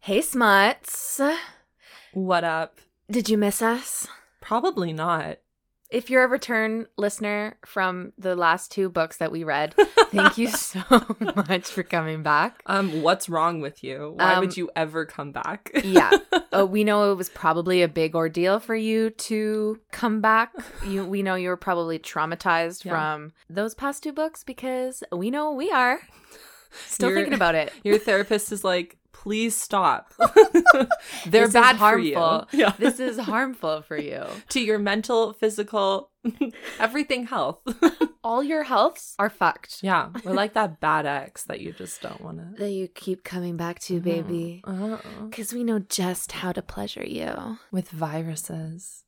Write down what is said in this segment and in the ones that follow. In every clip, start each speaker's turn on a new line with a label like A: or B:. A: Hey, Smuts.
B: What up?
A: Did you miss us?
B: Probably not.
A: If you're a return listener from the last two books that we read, thank you so much for coming back.
B: Um, what's wrong with you? Why
A: Um,
B: would you ever come back?
A: Yeah. Uh, we know it was probably a big ordeal for you to come back. You, we know you were probably traumatized
B: Yeah.
A: from those past two books because we know we are. Still
B: You're-
A: thinking about it.
B: Your therapist is like, please stop.
A: This
B: They're
A: is
B: bad
A: harmful.
B: for you. Yeah.
A: This is harmful for you.
B: to your mental, physical, everything health.
A: All your healths are fucked.
B: yeah, we're like that bad ex that you just don't want to.
A: That you keep coming back to,
B: Mm-hmm.
A: baby.
B: Uh-uh.
A: Because we know just how to pleasure you.
B: With viruses.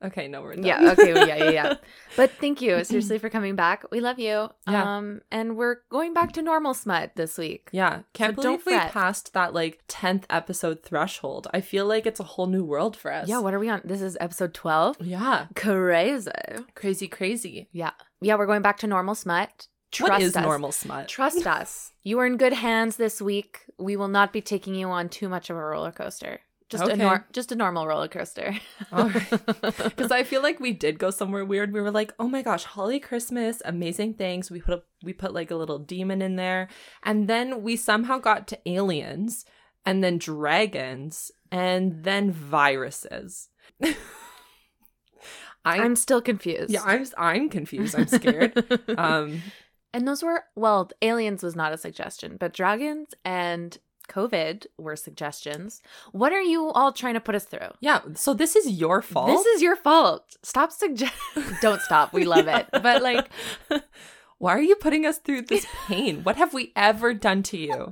B: Okay, no, we're done.
A: Yeah, okay, well, yeah, yeah, yeah. But thank you, seriously, for coming back. We love you.
B: Yeah.
A: Um, and we're going back to normal smut this week.
B: Yeah, can't
A: So don't
B: believe we
A: fret.
B: passed that like 10th episode threshold. I feel like it's a whole new world for us.
A: Yeah, what are we on? This is episode 12.
B: yeah.
A: Crazy.
B: Crazy, crazy.
A: Yeah, we're going back to normal smut. Trust
B: what is
A: us.
B: normal smut?
A: Trust us. You are in good hands this week. We will not be taking you on too much of a roller coaster. Just a
B: Okay.
A: nor- just a normal roller coaster.
B: Because I feel like we did go somewhere weird. We were like, "Oh my gosh, Holly Christmas, amazing things." We put a, we put like a little demon in there, and then we somehow got to aliens, and then dragons, and then viruses. I
A: I'm still confused.
B: yeah, I'm I'm confused. I'm scared. um,
A: And those were, well, aliens was not a suggestion, but dragons and COVID were suggestions. What are you all trying to put us through?
B: yeah. So this is your fault.
A: This is your fault. Stop suggest. Don't stop. We love it. But like,
B: why are you putting us through this pain? what have we ever done to you?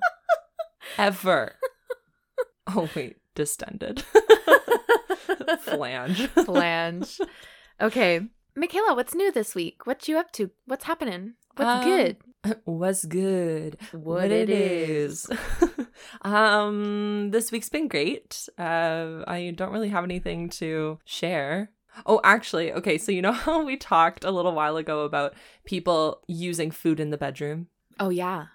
B: ever. Oh wait, distended. Flange.
A: flange. Okay, Michaela, what's new this week? What you up to? What's happening? What's
B: Um,
A: good?
B: What's good?
A: What it is.
B: um, this week's been great. Uh, I don't really have anything to share. Oh, actually, okay. So you know how we talked a little while ago about people using food in the bedroom,
A: Oh yeah.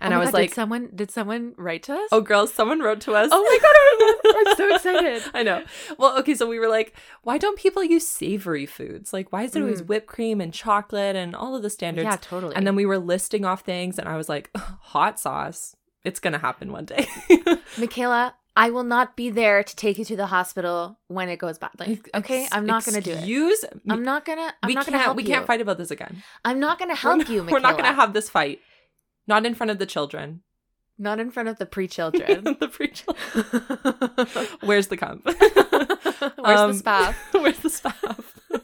B: and
A: Oh
B: I
A: my
B: was
A: God,
B: like,
A: did someone did someone write to us?
B: "Oh, girls, someone wrote to us."
A: Oh my god, I'm, I'm so excited.
B: I know. Well, okay, so we were like, why don't people use savory foods? Like, why is it always
A: Mm.
B: whipped cream and chocolate and all of the standards?
A: Yeah, totally.
B: And then we were listing off things, and I was like, hot sauce. It's gonna happen one day.
A: Michaela, I will not be there to take you to the hospital when it goes badly. Okay, I'm not going to do it.
B: Use.
A: I'm not gonna. I'm
B: we
A: not
B: can't.
A: gonna help
B: we
A: you. Oh
B: can't fight about this again.
A: I'm not gonna help
B: we're not,
A: you, Michaela.
B: We're not gonna have this fight. Not in front of the children.
A: Not in front of the pre-children.
B: the pre-children.
A: Where's
B: Where's the cum?
A: the
B: Um,
A: staff?
B: Where's the staff?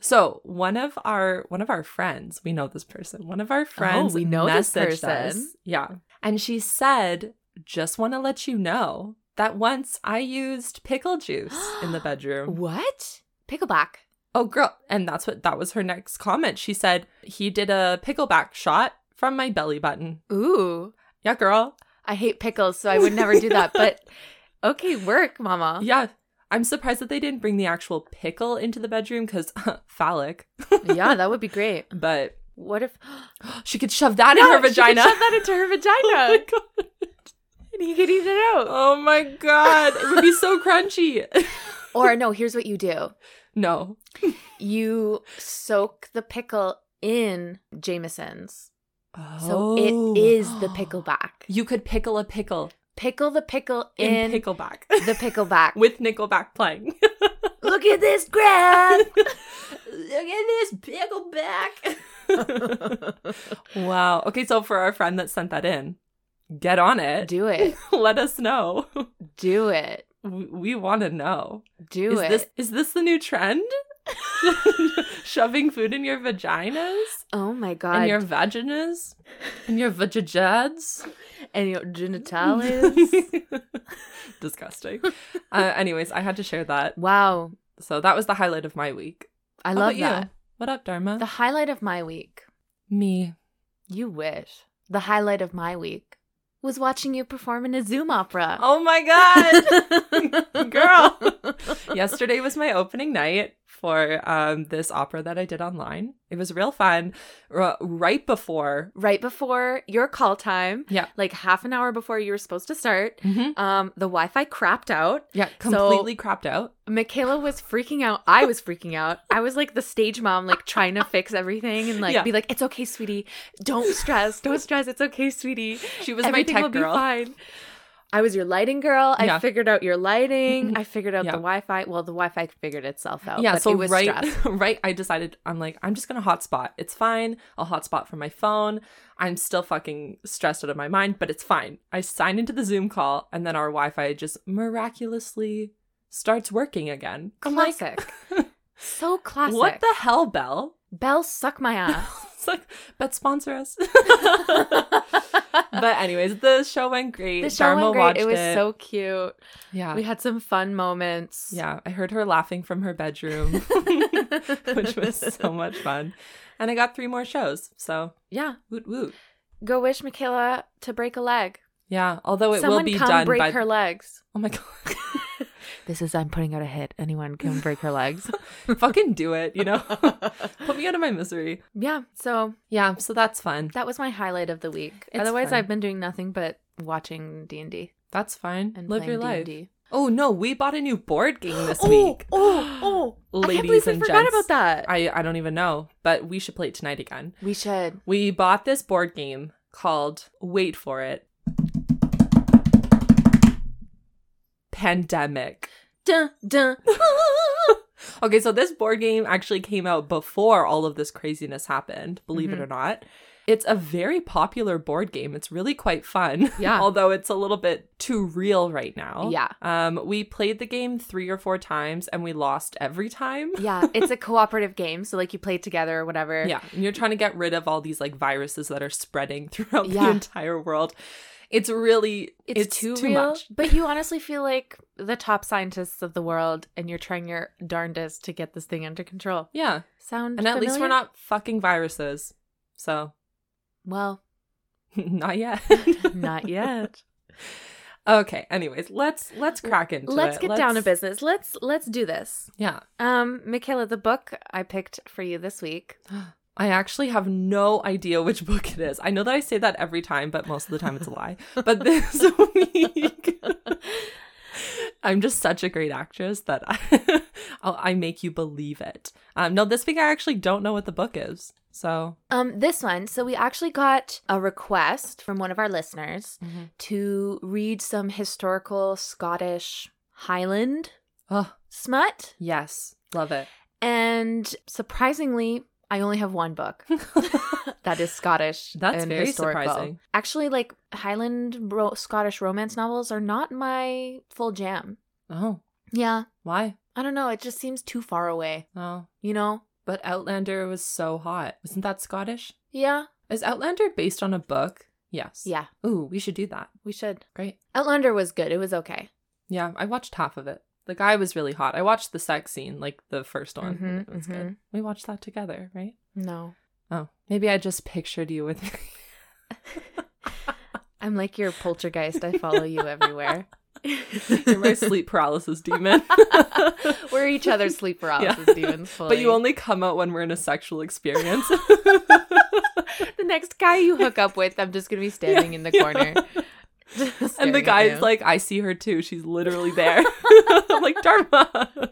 B: so one of our one of our friends, we know this person. One of our friends,
A: Oh, we know this
B: messaged us.
A: person.
B: Yeah, and she said, "Just want to let you know that once I used pickle juice in the bedroom."
A: What? Pickleback.
B: Oh, girl! And that's what that was her next comment. She said he did a pickleback shot from my belly button.
A: Ooh,
B: Yeah, girl.
A: I hate pickles, so I would never do that. But okay, work, Mama.
B: Yeah. I'm surprised that they didn't bring the actual pickle into the bedroom because phallic.
A: Oh. yeah, that would be great.
B: But
A: What if
B: she could shove that in
A: Yeah,
B: her
A: she could
B: vagina.
A: shove that into her vagina, and you could eat it out.
B: Oh my god, it would be so crunchy.
A: Or no, here's what you do:
B: No.
A: you soak the pickle in Jameson's, so it is the pickleback.
B: Oh. You could pickle a pickle
A: Pickle the pickle
B: in,
A: in,
B: pickleback
A: the pickleback.
B: with Nickelback playing.
A: Look at this graph.
B: Look at this pickleback. wow. Okay, so for our friend that sent that in, get on it.
A: Do it.
B: Let us know.
A: Do it.
B: We, we want to know.
A: Do
B: Is
A: it.
B: this is this the new trend? Shoving food in your vaginas?
A: oh my god.
B: In your vaginas? In your vajajads?
A: and your genitalis.
B: Disgusting. uh, anyways, I had to share that.
A: wow.
B: So that was the highlight of my week.
A: I
B: How
A: love
B: about you?
A: that.
B: What up, Dharma?
A: The highlight of my week.
B: Me.
A: You wish. The highlight of my week was watching you perform in a Zoom opera.
B: Oh my god. Girl. Yesterday was my opening night. for um, this opera that I did online. It was real fun. R- right before.
A: Right before your call time,
B: Yeah.
A: like half an hour before you were supposed to start,
B: Mm-hmm.
A: um, the Wi Fi crapped out.
B: Yeah,
A: So-
B: completely cropped out.
A: Michaela was freaking out. I was freaking out. I was like the stage mom, like trying to fix everything and like
B: Yeah.
A: be like, "It's okay, sweetie. Don't stress. Don't stress. It's okay, sweetie.
B: She was
A: everything
B: my
A: will
B: tech girl.
A: be fine." I was your lighting girl. I
B: Yeah.
A: figured out your lighting. I figured out
B: Yeah.
A: the Wi-Fi. Well, the Wi-Fi figured itself out.
B: Yeah,
A: but
B: so
A: it was
B: right,
A: stress.
B: right. I decided I'm like I'm just gonna hotspot. It's fine. I'll hotspot from my phone. I'm still fucking stressed out of my mind, but it's fine. I sign into the Zoom call, and then our Wi-Fi just miraculously starts working again. I'm like,
A: Classic. so classic.
B: what the hell, Bell?
A: Bell suck my ass.
B: it's like, but sponsor us. but anyways, the show went great.
A: the show
B: Dharma
A: went great.
B: watched
A: It was so cute.
B: yeah.
A: We had some fun moments.
B: yeah, I heard her laughing from her bedroom, which was so much fun. And I got three more shows. So
A: Yeah.
B: Woot woot.
A: Go wish Michaela to break a leg.
B: Yeah, although Oh, it
A: Someone
B: will be
A: come
B: done
A: break
B: by
A: her legs.
B: Oh my god.
A: This is I'm putting out a hit. Anyone can break her legs.
B: Fucking do it, you know? Put me out of my misery.
A: yeah. So
B: Yeah, so that's fun.
A: that was my highlight of the week.
B: It's
A: Otherwise,
B: fun.
A: I've been doing nothing but watching D and D
B: That's fine.
A: and
B: Live your
A: playing
B: life.
A: D and D
B: Oh no, we bought a new board game this week.
A: Oh, oh, I can't believe
B: Ladies
A: we
B: and
A: forgot
B: gents.
A: about that.
B: I, I don't even know, but we should play it tonight again.
A: we should.
B: We bought this board game called Wait for It. Pandemic.
A: Dun dun.
B: okay, so this board game actually came out before all of this craziness happened, believe
A: Mhm.
B: it or not. It's a very popular board game. It's really quite fun.
A: Yeah.
B: Although it's a little bit too real right now.
A: Yeah.
B: Um, we played the game three or four times and we lost every time.
A: Yeah, it's a cooperative game, so like you play together or whatever.
B: Yeah. And you're trying to get rid of all these like viruses that are spreading throughout
A: Yeah.
B: the entire world. It's really
A: It's, too, real, but you honestly feel like the top scientists of the world, and you're trying your darndest to get this thing under control.
B: Yeah.
A: Sound
B: And at least we're
A: familiar?
B: not fucking viruses. So
A: well,
B: not yet.
A: not yet.
B: Okay. Anyways, let's let's crack into
A: let's
B: it.
A: get down to business. Let's let's do this.
B: Yeah.
A: Um, Michaela, the book I picked for you this week.
B: I actually have no idea which book it is. I know that I say that every time, but most of the time it's a lie. But this week, I'm just such a great actress that I, I'll, I make you believe it. Um, no, this week I actually don't know what the book is. So
A: Um, this one. So we actually got a request from one of our listeners to read some historical Scottish Highland
B: Oh,
A: smut,
B: yes. Love it.
A: and surprisingly, I only have one book. that is Scottish.
B: That's
A: and
B: very
A: historical.
B: surprising.
A: Actually, like Highland ro- Scottish romance novels are not my full jam.
B: Oh,
A: Yeah,
B: why?
A: I don't know. It just seems too far away.
B: Oh,
A: You know?
B: but Outlander was so hot. Isn't that Scottish?
A: Yeah,
B: Is Outlander based on a book? Yes.
A: yeah.
B: Ooh, we should do that.
A: We should.
B: Great.
A: Outlander was good. It was okay.
B: Yeah, I watched half of it. The guy was really hot. I watched the sex scene, like the first one.
A: Mhm,
B: it was
A: mhm.
B: good. We watched that together, right?
A: No,
B: Oh, maybe I just pictured you with
A: I'm like your poltergeist. I follow you everywhere.
B: You're my sleep paralysis demon.
A: We're each other's sleep paralysis
B: Yeah.
A: demons. Fully.
B: But you only come out when we're in a sexual experience.
A: the next guy you hook up with, I'm just gonna be standing in the
B: yeah.
A: corner.
B: and
A: staring
B: the
A: at
B: guy's
A: you.
B: like, I see her too. She's literally there. I'm like, Dharma,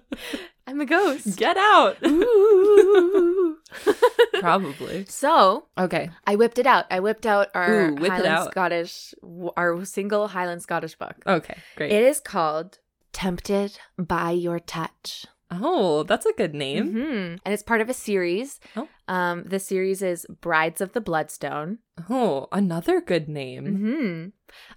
A: "I'm a ghost."
B: get out.
A: Ooh.
B: Probably.
A: so
B: Okay.
A: I whipped it out. I whipped out our
B: Ooh, whip it
A: Highland
B: out.
A: Scottish, our single Highland Scottish book.
B: Okay. Great.
A: It is called "Tempted by Your Touch."
B: oh, that's a good name.
A: hmm And it's part of a series.
B: Oh.
A: Um, the series is Brides of the Bloodstone.
B: Oh, another good name.
A: hmm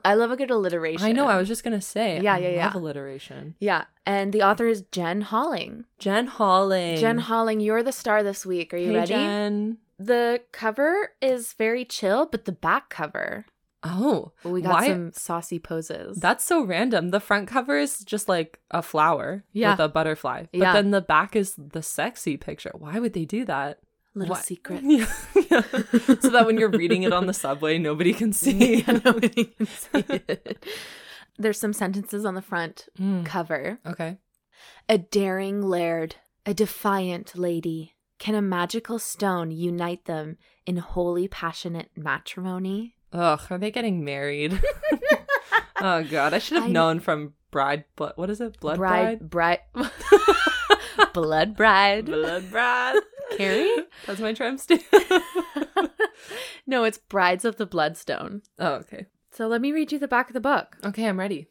A: I love a good alliteration.
B: Mm. I know. I was just gonna say.
A: Yeah,
B: I
A: yeah,
B: love
A: yeah.
B: alliteration.
A: Yeah, and the author is Jen Holling.
B: Jen Holling.
A: Jen Holling, you're the star this week. Are you
B: Hey,
A: ready?
B: Jen.
A: The cover is very chill, but the back cover,
B: Oh,
A: we got
B: Why-
A: some saucy poses.
B: that's so random. The front cover is just like a flower
A: Yeah.
B: with a butterfly, but
A: Yeah.
B: then the back is the sexy picture. Why would they do that?
A: Little
B: Why-
A: secret.
B: Yeah. so that when you're reading it on the subway, nobody can see.
A: Yeah, nobody can see it. There's some sentences on the front
B: Mm,
A: cover.
B: Okay.
A: A daring laird a defiant lady. Can a magical stone unite them in holy, passionate matrimony?
B: Ugh, are they getting married? oh god, I should have
A: I-
B: known from bride blood. What is it? Blood bride.
A: bride, blood bride.
B: Blood bride.
A: Carrie?
B: That's my tramp stamp.
A: no, it's Brides of the Bloodstone.
B: oh, okay.
A: So let me read you the back of the book.
B: Okay, I'm ready.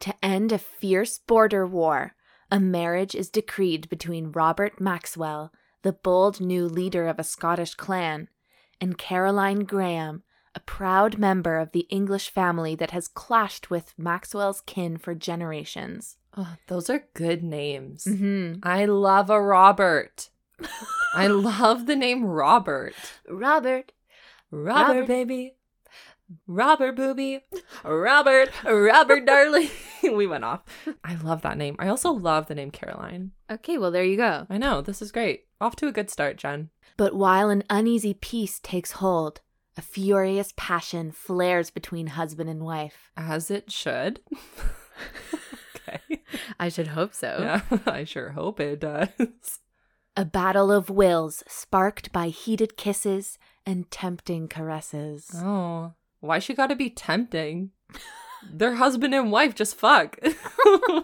A: To end a fierce border war, a marriage is decreed between Robert Maxwell, the bold new leader of a Scottish clan, and Caroline Graham, a proud member of the English family that has clashed with Maxwell's kin for generations.
B: Oh, those are good names.
A: Mm-hmm.
B: I love a Robert. I love the name Robert.
A: Robert.
B: Robert,
A: Robert.
B: baby. Robert booby. Robert. Robert darling. we went off. I love that name. I also love the name Caroline.
A: Okay, well, there you go.
B: I know. This is great. Off to a good start, Jen.
A: But while an uneasy peace takes hold, a furious passion flares between husband and wife.
B: As it should. okay.
A: I should hope so.
B: Yeah, I sure hope it does.
A: A battle of wills sparked by heated kisses and tempting caresses.
B: Oh. Why she gotta be tempting? Their husband and wife just fuck.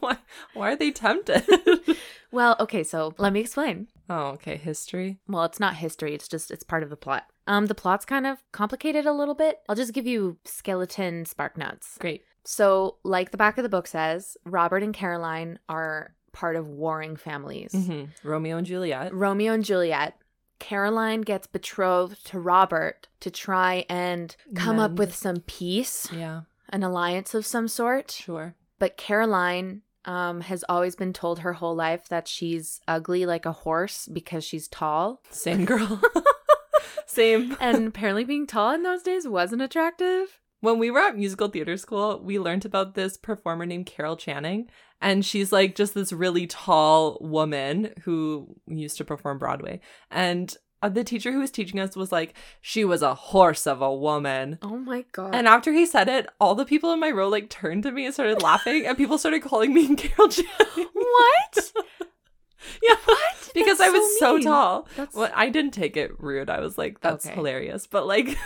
B: why, why are they tempted?
A: Well, okay, so let me explain.
B: oh, okay. History.
A: Well, it's not history, it's just it's part of the plot. Um the plot's kind of complicated a little bit. I'll just give you skeleton spark notes.
B: Great.
A: So, like the back of the book says, Robert and Caroline are part of warring families.
B: Mhm. Romeo and Juliet.
A: Romeo and Juliet, Caroline gets betrothed to Robert to try and come up
B: Mend.
A: with some peace,
B: Yeah,
A: an alliance of some sort.
B: sure.
A: But Caroline um, has always been told her whole life that she's ugly like a horse because she's tall.
B: Same girl. Same.
A: And apparently, being tall in those days wasn't attractive.
B: When we were at musical theater school, we learned about this performer named Carol Channing, and she's like just this really tall woman who used to perform Broadway. And uh, the teacher who was teaching us was like, she was a horse of a woman.
A: Oh my God.
B: Uh, And after he said it, all the people in my row like turned to me and started laughing, and people started calling me Carol Channing.
A: what?
B: yeah, what? Because I
A: That's so
B: was so
A: mean.
B: tall.
A: That's
B: Well, I didn't take it rude. I was like, that's
A: Okay.
B: hilarious. But like,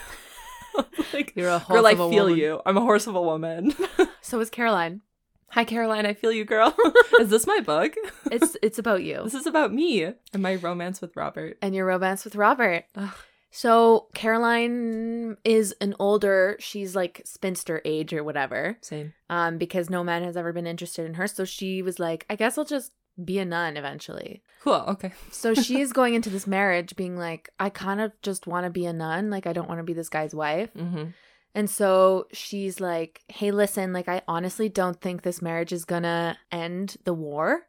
B: like
A: you're a horse.
B: girl, I
A: of a
B: feel
A: woman.
B: you. I'm a horse of a woman.
A: So is Caroline.
B: Hi, Caroline. I feel you, girl. is this my book?
A: It's it's about you
B: This is about me and my romance with Robert.
A: and your romance with Robert.
B: Ugh.
A: So Caroline is an older, she's like spinster age or whatever,
B: Same.
A: um, because no man has ever been interested in her. So she was like, I guess I'll just be a nun eventually.
B: Cool. Okay.
A: So she is going into this marriage being like, I kind of just want to be a nun. Like, I don't want to be this guy's wife.
B: Mm-hmm.
A: And so she's like, Hey, listen, like, I honestly don't think this marriage is gonna end the war.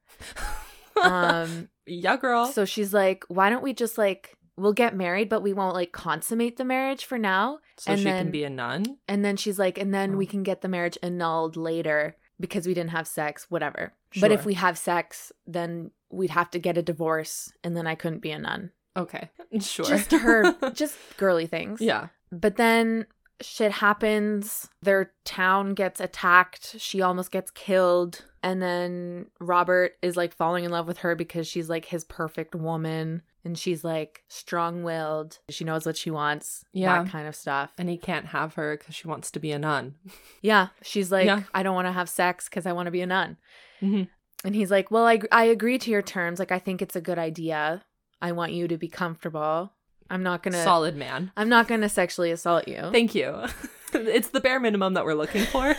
A: Um,
B: yeah, girl.
A: So she's like, why don't we just like we'll get married, but we won't like consummate the marriage for now.
B: so
A: and
B: she
A: then-
B: can be a nun.
A: And then she's like, and then we
B: Oh.
A: can get the marriage annulled later because we didn't have sex, whatever. But if
B: Sure.
A: we have sex, then we'd have to get a divorce, and then I couldn't be a nun.
B: Okay. Sure.
A: Just her, just girly things.
B: yeah.
A: But then shit happens. Their town gets attacked. She almost gets killed. And then Robert is like falling in love with her because she's like his perfect woman. And she's like strong willed. She knows what she wants.
B: Yeah.
A: That kind of stuff.
B: And he can't have her because she wants to be a nun.
A: yeah. She's like,
B: Yeah.
A: I don't want to have sex because I want to be a nun.
B: Mhm.
A: And he's like, Well, I, I agree to your terms. Like, I think it's a good idea. I want you to be comfortable. I'm not going to.
B: Solid man.
A: I'm not going to sexually assault you.
B: Thank you. it's the bare minimum that we're looking for.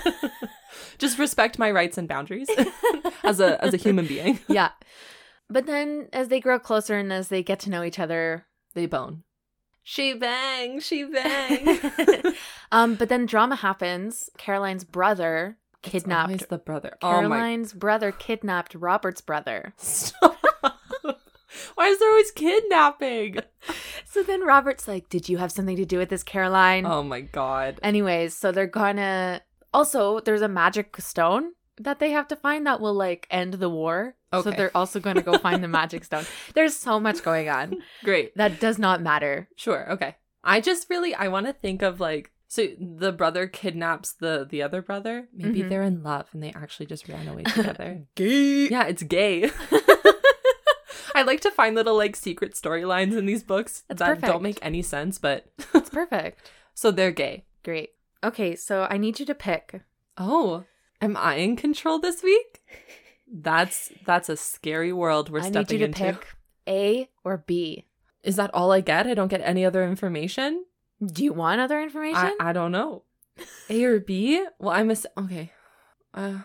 B: Just respect my rights and boundaries as a as a human being.
A: yeah. But then as they grow closer and as they get to know each other,
B: They bone. She bang, she
A: um, but then drama happens. Caroline's brother
B: Kidnapped
A: kidnapped
B: the brother. Oh my.
A: Caroline's brother kidnapped Robert's brother.
B: Stop. Why is there always kidnapping?
A: So then Robert's like, Did you have something to do with this, Caroline?
B: Oh my god.
A: Anyways, so they're gonna also there's a magic stone that they have to find that will like end the war. So
B: Okay.
A: they're also gonna go find the magic stone. There's so much going on.
B: Great.
A: That does not matter.
B: Sure. Okay. I just really I want to think of like so the brother kidnaps the the other brother. Maybe
A: Mhm.
B: they're in love and they actually just ran away together. yeah, it's gay. I like to find little like secret storylines in these books
A: That's
B: that
A: perfect.
B: don't make any sense, but
A: It's perfect.
B: so they're gay.
A: Great. Okay, so I need you to pick.
B: Oh, am I in control this week? That's that's a scary world we're
A: I need
B: stepping
A: you to
B: into.
A: pick A or B.
B: Is that all I get? I don't get any other information.
A: Do you want other information?
B: I, I don't know. A or B? Well, I'm a s- okay. Uh,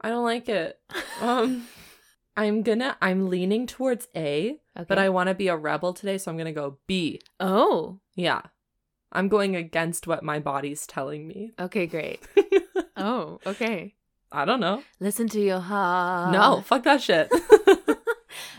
B: I don't like it. Um, I'm gonna. I'm leaning towards A,
A: okay.
B: but I want to be a rebel today, so I'm gonna go B.
A: Oh,
B: Yeah, I'm going against what my body's telling me.
A: okay, great. oh, okay.
B: I don't know.
A: Listen to your heart.
B: no, fuck that shit.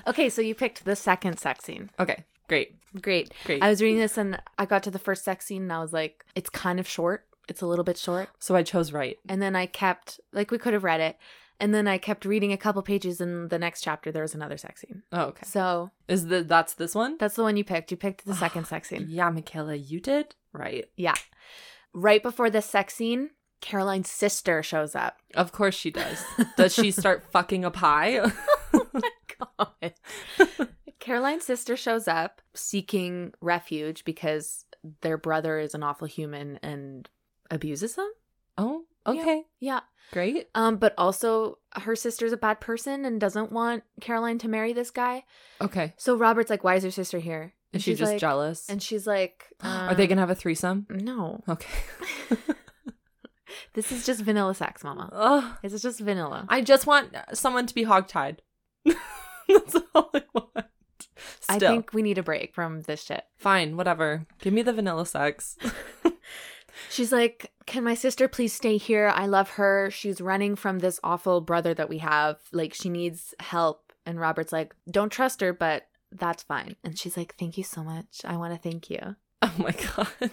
A: Okay, so you picked the second sex scene.
B: okay, great,
A: Great.
B: great.
A: I was reading this and I got to the first sex scene and I was like, it's kind of short. It's a little bit short.
B: so I chose right.
A: And then I kept, like, we could have read it. And then I kept reading a couple pages in the next chapter. There was another sex scene.
B: Oh, okay.
A: So
B: Is the that's this one?
A: that's the one you picked. You picked the second sex scene.
B: yeah, Michaela, you did right.
A: Yeah. Right before this sex scene, Caroline's sister shows up.
B: Of course she does. Does she start fucking a pie?
A: God. Caroline's sister shows up seeking refuge because their brother is an awful human and abuses them.
B: oh,
A: Yeah.
B: okay,
A: Yeah.
B: great.
A: Um, but also her sister's a bad person and doesn't want Caroline to marry this guy.
B: Okay,
A: So Robert's like, "Why is your sister here?"
B: is she
A: she's
B: just
A: like-
B: jealous?
A: And um, she's like,
B: Are they gonna have a threesome?
A: to?" No,
B: Okay.
A: this is just vanilla sex, Mama.
B: Ugh.
A: This is just vanilla.
B: I just want someone to be hogtied. That's all I want. Still,
A: I think we need a break from this shit.
B: fine, whatever. Give me the vanilla sex.
A: She's like, Can my sister please stay here? I love her. She's running from this awful brother that we have. Like, she needs help. And Robert's like, Don't trust her, but that's fine. And she's like, Thank you so much. I want to thank you.
B: oh my god.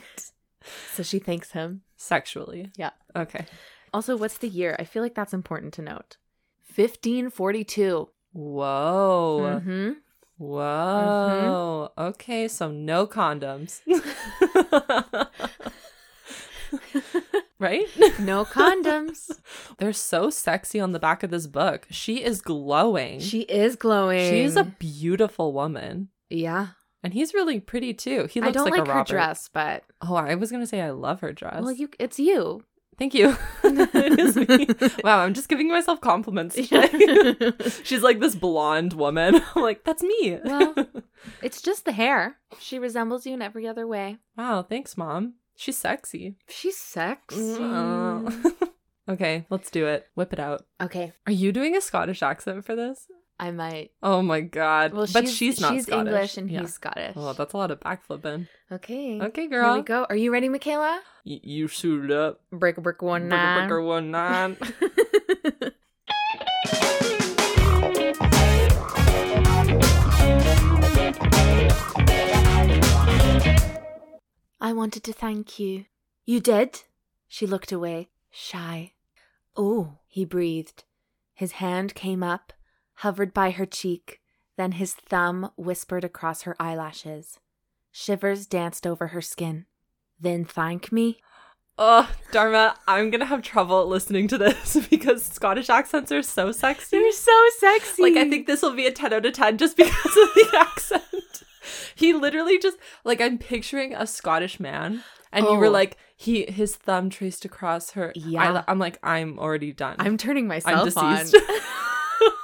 A: So she thanks him.
B: Sexually.
A: Yeah.
B: Okay.
A: Also, what's the year? I feel like that's important to note. 1542.
B: Whoa.
A: hmm
B: Whoa.
A: Mm-hmm.
B: Okay, so no condoms. right?
A: No condoms.
B: They're so sexy on the back of this book. She is glowing.
A: she is glowing.
B: She's a beautiful woman.
A: Yeah.
B: And he's really pretty too. He looks
A: I don't
B: like,
A: like,
B: a
A: her
B: Robert.
A: dress, but
B: Oh, I was gonna say I love her dress.
A: well, you it's you.
B: Thank you. it is me. Wow, I'm just giving myself compliments. today. She's like this blonde woman. I'm like, that's me.
A: Well, it's just the hair. She resembles you in every other way.
B: wow, thanks, mom. She's sexy.
A: She's sexy.
B: Mm. okay, let's do it. Whip it out.
A: Okay,
B: Are you doing a Scottish accent for this?
A: I might.
B: Oh my god.
A: Well,
B: but she's, not
A: she's
B: Scottish.
A: English and
B: Yeah.
A: he's Scottish.
B: Oh, that's a lot of backflipping.
A: okay.
B: Okay,
A: Here we
B: girl.
A: go. Are you ready, Michaela?
B: Y- you suited up.
A: Break a brick one nine.
B: Bricker one nine.
A: I wanted to thank you. You did? She looked away, shy. Oh, he breathed. His hand came up, hovered by her cheek, then his thumb whispered across her eyelashes. Shivers danced over her skin. Then thank me?
B: Oh, Dharma, I'm gonna have trouble listening to this because Scottish accents are so sexy.
A: so sexy.
B: Like, I think this will be a 10 out of 10 just because of the accent. He literally just, like, I'm picturing a Scottish man, and you were
A: Oh.
B: like, he his thumb traced across her.
A: Yeah.
B: eyel- I'm like, I'm already done.
A: I'm turning
B: I'm
A: myself on.
B: deceased.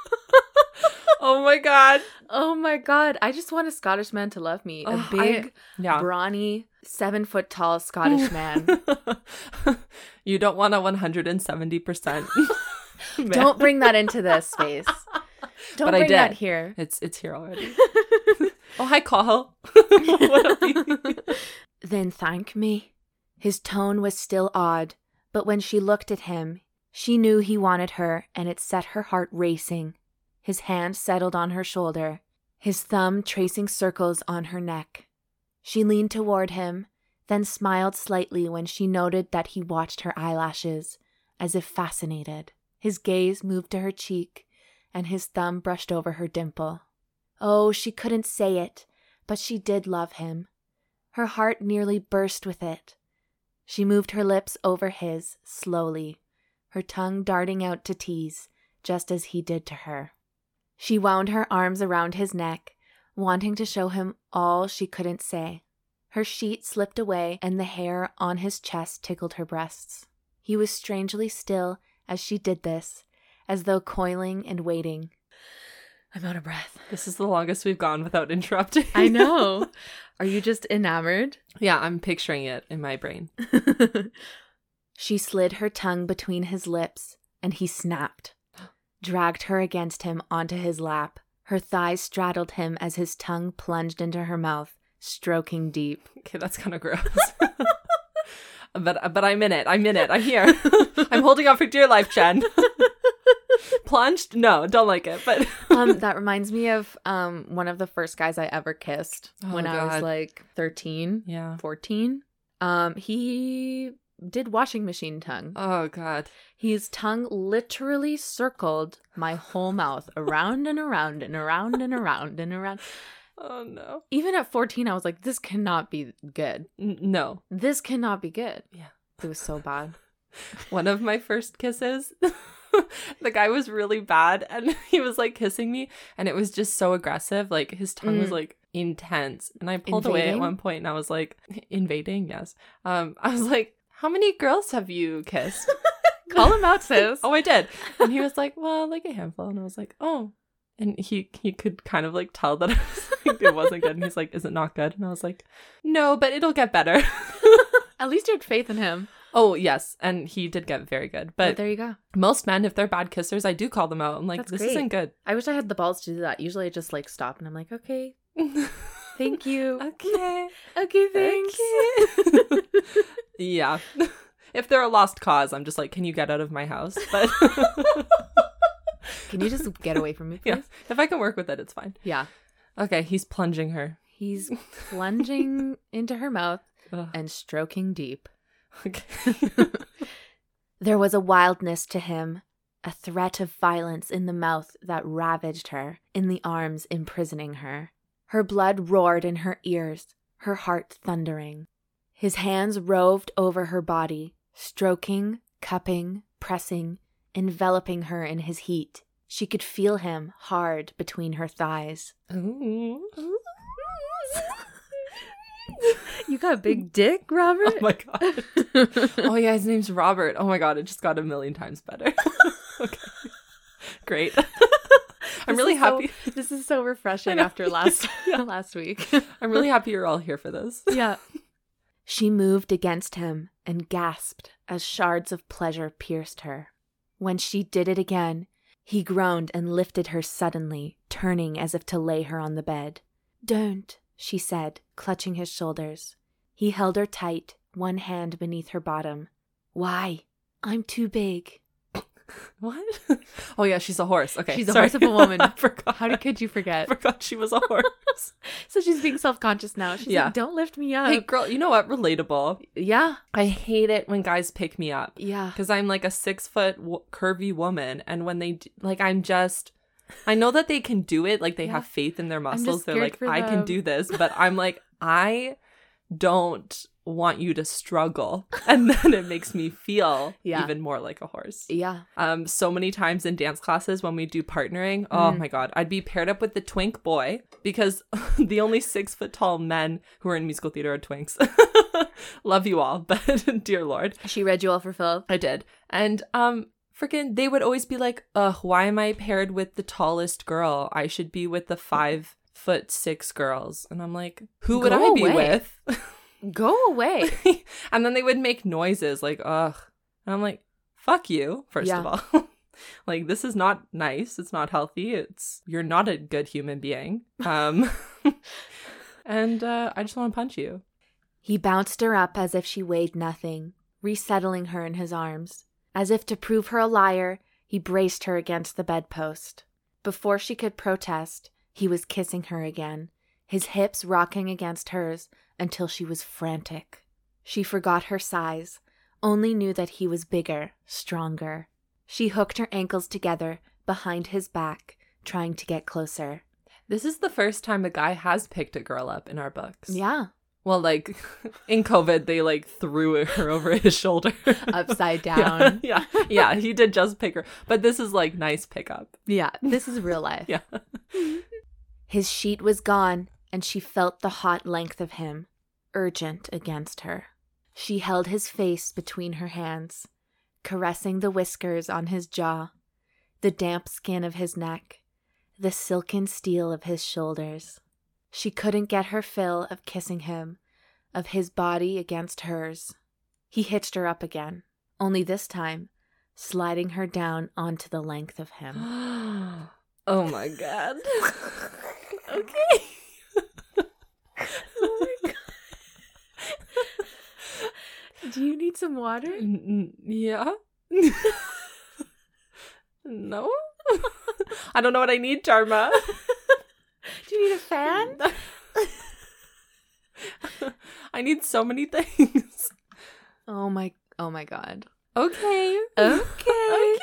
B: oh my god.
A: Oh my god, I just want a Scottish man to love me. A
B: Ugh, Oh, I-
A: big,
B: Yeah.
A: brawny, seven foot tall Scottish man.
B: you don't want a 170% man.
A: Don't bring that into this space. Don't
B: But I
A: bring that
B: did.
A: here.
B: It's it's here already. oh hi, Cahill. What up, you?
A: Then thank me. His tone was still odd, but when she looked at him, she knew he wanted her, and it set her heart racing. His hand settled on her shoulder, his thumb tracing circles on her neck. She leaned toward him, then smiled slightly when she noted that he watched her eyelashes, as if fascinated. His gaze moved to her cheek, and his thumb brushed over her dimple. Oh, she couldn't say it, but she did love him. Her heart nearly burst with it. She moved her lips over his slowly, her tongue darting out to tease, just as he did to her. She wound her arms around his neck wanting to show him all she couldn't say. Her sheet slipped away, and the hair on his chest tickled her breasts. He was strangely still as she did this, as though coiling and waiting. I'm out of breath.
B: This is the longest we've gone without interrupting.
A: I know. Are you just enamored?
B: yeah, I'm picturing it in my brain.
A: she slid her tongue between his lips, and he snapped, dragged her against him onto his lap. Her thighs straddled him as his tongue plunged into her mouth, stroking deep.
B: Okay, that's kind of gross. but but I'm in it. I'm in it. I'm here. I'm holding on for dear life, Jen. Plunged? No, don't like it. But
A: um, that reminds me of um, one of the first guys I ever kissed
B: Oh,
A: when I was
B: God.
A: like 13,
B: yeah.
A: 14. Um, he did washing machine tongue.
B: Oh God.
A: His tongue literally circled my whole mouth around and around and around and around and around.
B: Oh no.
A: Even at 14, I was like, this cannot be good.
B: N- no.
A: This cannot be good.
B: Yeah.
A: It was so bad.
B: One of my first kisses. the guy was really bad, and he was like kissing me, and it was just so aggressive. Like his tongue was
A: Mm.
B: like intense, and I pulled away at
A: Invading?
B: one point, and I was like, invading. Yes. Um. I was like, how many girls have you kissed?
A: Call him out, sis.
B: oh, I did. And he was like, well, like a handful. And I was like, oh. And he he could kind of like tell that I was like, it wasn't good. And he's like, is it not good? And I was like, no, but it'll get better.
A: At least you had faith in him.
B: oh, yes. And he did get very good.
A: But
B: But
A: there you go.
B: most men, if they're bad kissers, I do call them out. I'm like,
A: That's
B: this
A: great.
B: isn't good.
A: I wish I had the balls to do that. Usually I just like stop and I'm like, okay, thank you.
B: okay.
A: okay,
B: Okay. yeah. If they're a lost cause, I'm just like, can you get out of my house? But
A: Can you just get away from me,
B: yeah,
A: please?
B: if I can work with it, it's fine.
A: Yeah.
B: Okay, he's plunging her.
A: He's plunging into her mouth
B: Ugh.
A: and stroking deep.
B: Okay.
A: There was a wildness to him, a threat of violence in the mouth that ravaged her, in the arms imprisoning her. Her blood roared in her ears, her heart thundering. His hands roved over her body, stroking, cupping, pressing, enveloping her in his heat. She could feel him hard between her thighs.
B: Ooh.
A: You got a big dick, Robert?
B: Oh my god. Oh yeah, his name's Robert. Oh my god, it just got a million times better. okay. Great.
A: This
B: I'm really
A: is so-
B: happy.
A: This is so
B: I
A: refreshing
B: know.
A: after last last week.
B: I'm really happy you're all here for this.
A: yeah. She moved against him and gasped as shards of pleasure pierced her. When she did it again, he groaned and lifted her suddenly, turning as if to lay her on the bed. Don't, she said, clutching his shoulders. He held her tight, one hand beneath her bottom. Why? I'm too big.
B: What? Oh yeah, she's a horse. Okay.
A: She's a
B: sorry.
A: horse of a woman.
B: I forgot.
A: How did, could you
B: I
A: forget?
B: forgot she was a horse.
A: So she's being self conscious now. She's
B: Yeah.
A: like, don't lift me up.
B: hey girl, you know what? Relatable.
A: yeah.
B: Um, I hate it when guys pick me up.
A: Yeah.
B: because I'm like a six foot w- curvy woman, and when they d- like, I'm just. I know that they can do it. Like they
A: Yeah.
B: have faith in their
A: just
B: muscles. They're
A: scared
B: like,
A: for
B: I can
A: them."
B: do this, but I'm like, I don't want you to struggle, and then it makes me feel
A: Yeah.
B: even more like a horse.
A: Yeah.
B: Um, so many times in dance classes when we do partnering, oh
A: Mhm.
B: my god, I'd be paired up with the twink boy because the only six foot tall men who are in musical theater are twinks. Love you all, but dear lord,
A: She read you all for Phil.
B: I did. And um freaking they would always be like, Ugh, why am I paired with the tallest girl? I should be with the five foot six girls. And I'm like, who would
A: Go
B: I be
A: away. Go away.
B: with? and then they would make noises like, ugh. And I'm like, fuck you, first
A: Yeah.
B: of all. like this is not nice. It's not healthy. It's you're not a good human being. Um and uh, I just want to punch you.
A: He bounced her up as if she weighed nothing, resettling her in his arms. As if to prove her a liar, he braced her against the bedpost. Before she could protest, he was kissing her again, his hips rocking against hers until she was frantic. She forgot her size, only knew that he was bigger, stronger. She hooked her ankles together behind his back, trying to get closer.
B: This is the first time a guy has picked a girl up in our books.
A: Yeah,
B: Well, like in COVID, they like threw her over his shoulder.
A: upside
B: Yeah,
A: down.
B: yeah, yeah, he did just pick her, but this is like nice pickup.
A: yeah, this is real life.
B: Yeah,
A: His sheet was gone, and she felt the hot length of him, urgent against her. She held his face between her hands, caressing the whiskers on his jaw, the damp skin of his neck, the silken steel of his shoulders. She couldn't get her fill of kissing him, of his body against hers. He hitched her up again, only this time sliding her down onto the length of him.
B: oh my god.
A: okay. Do you need some water?
B: N- n- yeah. no. I don't know what I need, Dharma.
A: Do you need a fan?
B: I need so many things.
A: Oh my oh my god.
B: Okay.
A: Okay.
B: okay.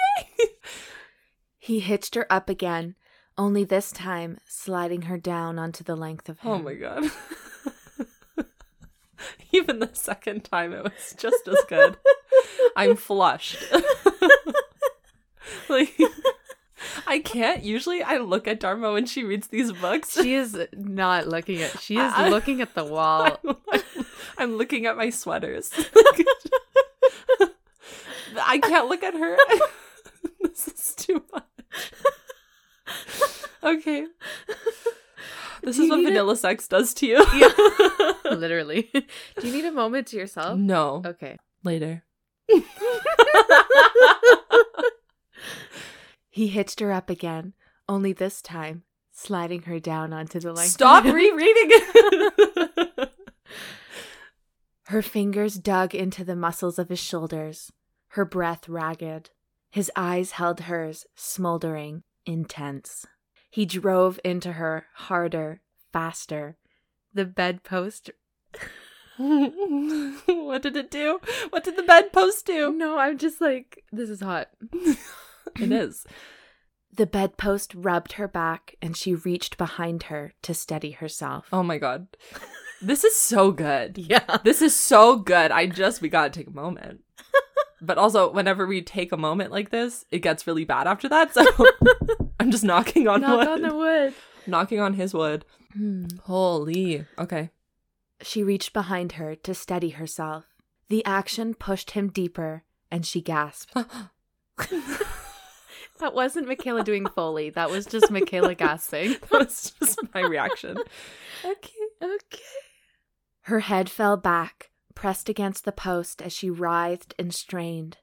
A: He hitched her up again, only this time sliding her down onto the length of him.
B: Oh my god. Even the second time it was just as good. I'm flushed. like I can't usually I look at Dharma when she reads these books.
A: She is not looking at she
B: I-
A: looking at the wall.
B: I'm, I'm looking at my sweaters. I can't look at her. this is too much. Okay. This
A: Do
B: is
A: you
B: what
A: need it?
B: vanilla sex does to you.
A: Yeah. Literally. Mm. Do you need a moment to yourself?
B: No.
A: Okay.
B: Later.
A: He hitched her up again, only this time sliding her down onto the length. of
B: Stop
A: him.
B: rereading it.
A: Her fingers dug into the muscles of his shoulders, her breath ragged. His eyes held hers, smoldering, intense. He drove into her harder, faster. The bedpost.
B: what did it do? What did the bedpost do?
A: No, I'm just like, this is hot.
B: It is.
A: The bedpost rubbed her back and she reached behind her to steady herself.
B: Oh my god. This is so good.
A: yeah.
B: This is so good. I just we gotta take a moment. But also, whenever we take a moment like this, it gets really bad after that. So I'm just knocking on
A: Knock
B: wood.
A: on the wood.
B: knocking on his wood.
A: Hmm.
B: Holy. Okay.
A: She reached behind her to steady herself. The action pushed him deeper and she gasped. That wasn't Michaela doing Foley. That was just Michaela gasping.
B: That's just my reaction.
A: Okay, okay. Her head fell back, pressed against the post as she writhed and strained.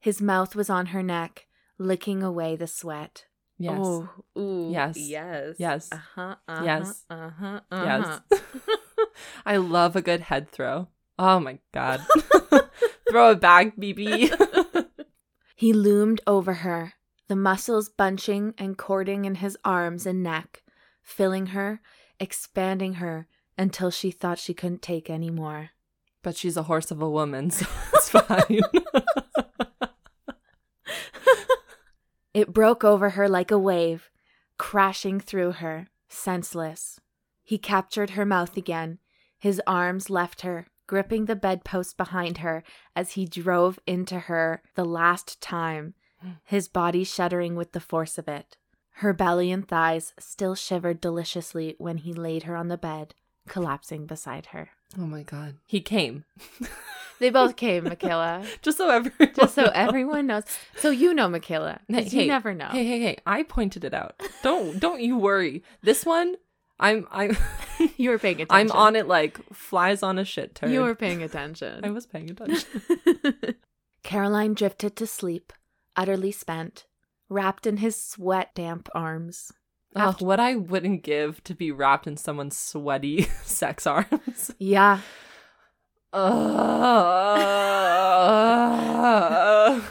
A: His mouth was on her neck, licking away the sweat.
B: Yes.
A: Oh, ooh,
B: Yes.
A: Yes.
B: Yes.
A: Uh-huh. uh-huh
B: Yes.
A: Uh-huh.
B: Yes.
A: uh-huh.
B: I love a good head throw. Oh my god. throw it back, BB.
A: He loomed over her, the muscles bunching and cording in his arms and neck, filling her, expanding her until she thought she couldn't take any more.
B: But she's a horse of a woman, so it's fine.
A: It broke over her like a wave, crashing through her, senseless. He captured her mouth again. His arms left her, gripping the bedpost behind her as he drove into her the last time, his body shuddering with the force of it. Her belly and thighs still shivered deliciously when he laid her on the bed, collapsing beside her.
B: oh my god. He came.
A: They both came, Michaela.
B: Just so everyone
A: Just so
B: knows.
A: everyone knows. So you know Michaela. 'cause
B: Hey,
A: you never know.
B: Hey, hey, hey. I pointed it out. Don't don't you worry. This one, I'm I'm
A: You were paying attention.
B: I'm on it like flies on a shit turd.
A: You were paying
B: I
A: attention.
B: was paying attention.
A: Caroline drifted to sleep, utterly spent, wrapped in his sweat damp arms.
B: Ugh, what I wouldn't give to be wrapped in someone's sweaty sex arms.
A: Yeah.
B: Ugh.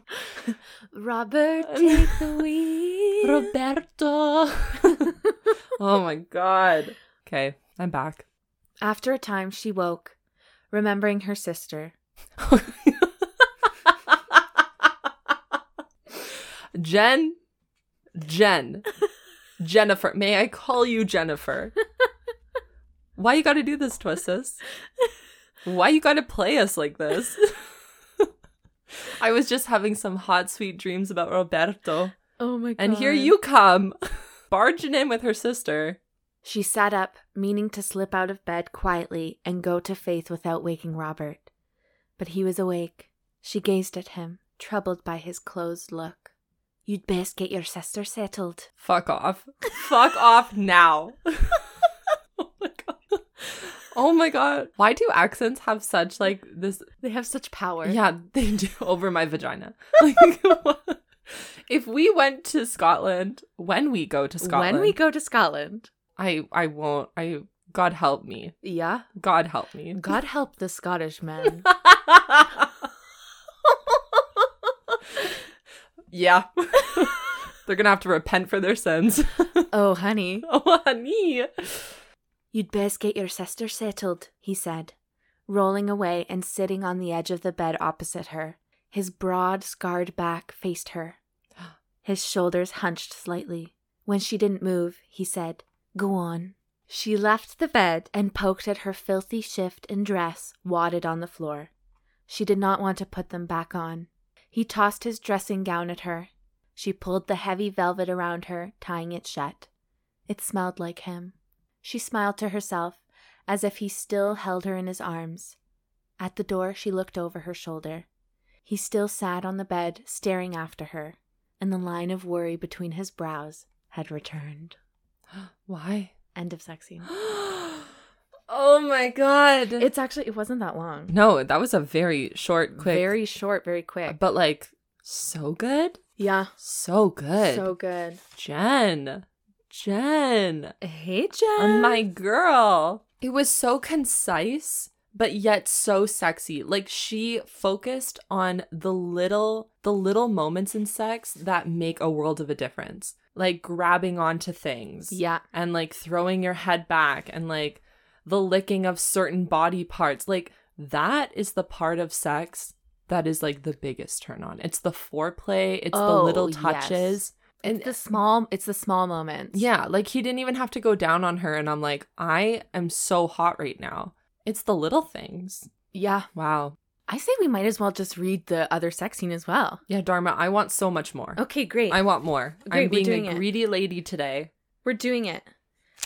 A: Robert, take the wheel.
B: Roberto. oh my god. Okay, I'm back.
A: After a time, she woke, remembering her sister.
B: Jen. Jen. Jennifer. May I call you Jennifer? Why you gotta do this to us, sis? Why you gotta play us like this? I was just having some hot, sweet dreams about Roberto.
A: Oh my
B: And here you come. barging in with her sister.
A: She sat up, meaning to slip out of bed quietly and go to Faith without waking Robert. But he was awake. She gazed at him, troubled by his closed look. You'd best get your sister settled.
B: Fuck off. Fuck off now. oh my god. Oh my god. Why do accents have such like this
A: They have such power.
B: Yeah, they do over my vagina. Like, what? if we went to Scotland, when we go to Scotland,
A: When we go to Scotland.
B: I I won't. I God help me.
A: Yeah.
B: God help me.
A: God help the Scottish man.
B: yeah. They're gonna have to repent for their sins.
A: oh, honey.
B: oh, honey.
A: You'd best get your sister settled, he said, rolling away and sitting on the edge of the bed opposite her. His broad, scarred back faced her, his shoulders hunched slightly. When she didn't move, he said, Go on. She left the bed and poked at her filthy shift and dress wadded on the floor. She did not want to put them back on. He tossed his dressing gown at her. She pulled the heavy velvet around her, tying it shut. It smelled like him. She smiled to herself, as if he still held her in his arms. At the door, she looked over her shoulder. He still sat on the bed, staring after her, and the line of worry between his brows had returned.
B: Why?
A: End of sex scene.
B: oh my god.
A: It's actually, it wasn't that long.
B: no, that was a very short, quick,
A: Very short, very quick.
B: but like so good,
A: yeah.
B: so good.
A: So good.
B: Jen, Jen.
A: Hey, Jen.
B: Oh my girl. It was so concise, but yet so sexy. Like she focused on the little the little moments in sex that make a world of a difference. Like grabbing onto things
A: Yeah.
B: and like throwing your head back and like the licking of certain body parts. Like that is the part of sex that is like the biggest turn on. It's the foreplay, it's the
A: Oh,
B: little
A: yes.
B: touches. And
A: It's the small, it's the small moments.
B: yeah, like he didn't even have to go down on her. And I'm like, I am so hot right now. It's the little things.
A: Yeah.
B: Wow.
A: I say we might as well just read the other sex scene as well.
B: Yeah, Dharma, I want so much more.
A: Okay, great.
B: I want more.
A: Great,
B: I'm
A: we're
B: being
A: doing
B: a
A: it.
B: greedy lady today.
A: We're doing it.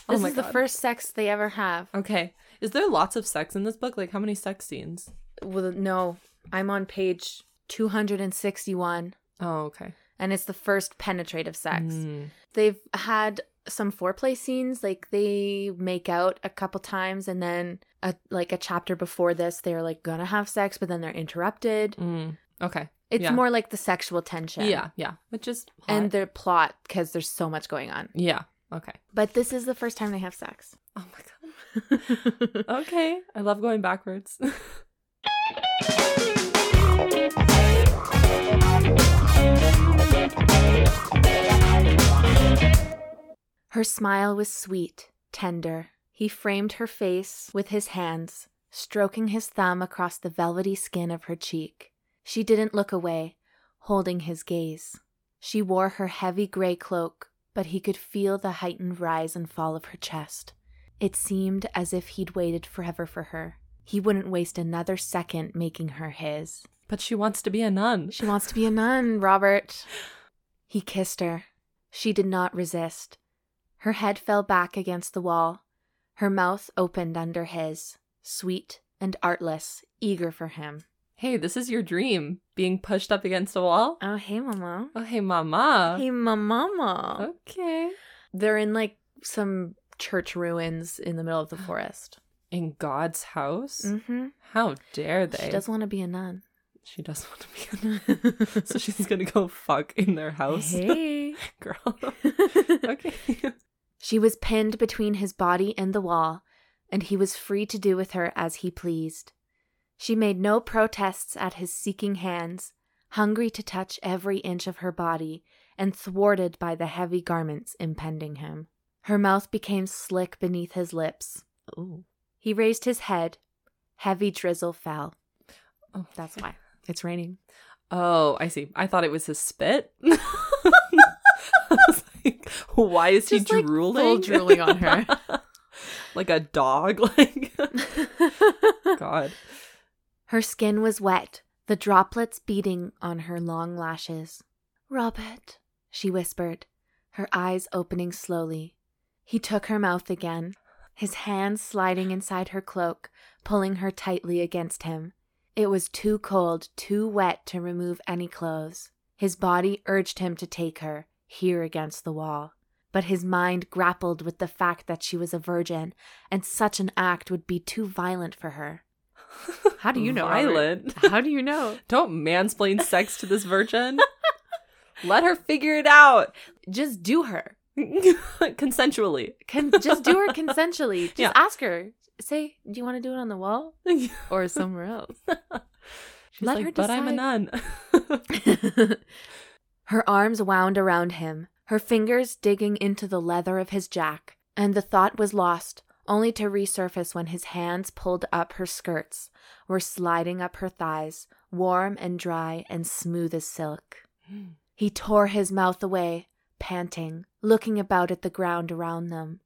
B: Oh
A: This
B: my
A: is the
B: God.
A: first sex they ever have.
B: Okay. Is there lots of sex in this book? Like, how many sex scenes?
A: Well, no, I'm on page 261,
B: Oh, okay.
A: and it's the first penetrative sex.
B: Mm.
A: They've had some foreplay scenes, like they make out a couple times, and then a, like a chapter before this, they're like gonna have sex, but then they're interrupted.
B: Mm. Okay.
A: It's
B: Yeah.
A: more like the sexual tension,
B: Yeah, yeah. Which is hot.
A: and their plot because there's so much going on.
B: yeah. Okay.
A: But this is the first time they have sex.
B: Oh my god. okay. I love going backwards.
A: Her smile was sweet, tender. He framed her face with his hands, stroking his thumb across the velvety skin of her cheek. She didn't look away, holding his gaze. She wore her heavy gray cloak, but he could feel the heightened rise and fall of her chest. It seemed as if he'd waited forever for her. He wouldn't waste another second making her his.
B: but she wants to be a nun.
A: She wants to be a nun, Robert. He kissed her. She did not resist. Her head fell back against the wall. Her mouth opened under his, sweet and artless, eager for him.
B: Hey, this is your dream. Being pushed up against a wall.
A: Oh, hey, mama.
B: Oh, hey, mama.
A: Hey, ma-
B: uh.
A: mama.
B: Okay.
A: They're in like some church ruins in the middle of the forest.
B: In God's house?
A: Mm-hmm.
B: How dare they?
A: She does want to be a nun.
B: She does want to be a nun. so she's going to go fuck in their house.
A: Hey.
B: Girl. okay.
A: She was pinned between his body and the wall, and he was free to do with her as he pleased. She made no protests at his seeking hands, hungry to touch every inch of her body, and thwarted by the heavy garments impending him. Her mouth became slick beneath his lips.
B: Ooh.
A: He raised his head. Heavy drizzle fell.
B: Oh,
A: That's why. It's raining.
B: Oh, I see. I thought it was his spit. I was like, why is
A: Just,
B: he
A: like,
B: drooling?
A: full drooling on her.
B: like a dog. Like, God.
A: Her skin was wet, the droplets beating on her long lashes. Robert, she whispered, her eyes opening slowly. He took her mouth again, his hand sliding inside her cloak, pulling her tightly against him. It was too cold, too wet to remove any clothes. His body urged him to take her, here against the wall. But his mind grappled with the fact that she was a virgin, and such an act would be too violent for her. How do you know? Robert?
B: Violent.
A: How do you know?
B: Don't mansplain sex to this virgin. Let her figure it out
A: Just do her.
B: consensually.
A: Can just do her consensually. Just
B: Yeah.
A: ask her. Say, do you want to do it on the wall
B: She's
A: or somewhere else? Let
B: like,
A: her
B: but I'm a
A: decide."
B: nun.
A: her arms wound around him, her fingers digging into the leather of his jack, and the thought was lost, only to resurface when his hands pulled up her skirts, were sliding up her thighs, warm and dry and smooth as silk. He tore his mouth away, panting, looking about at the ground around them.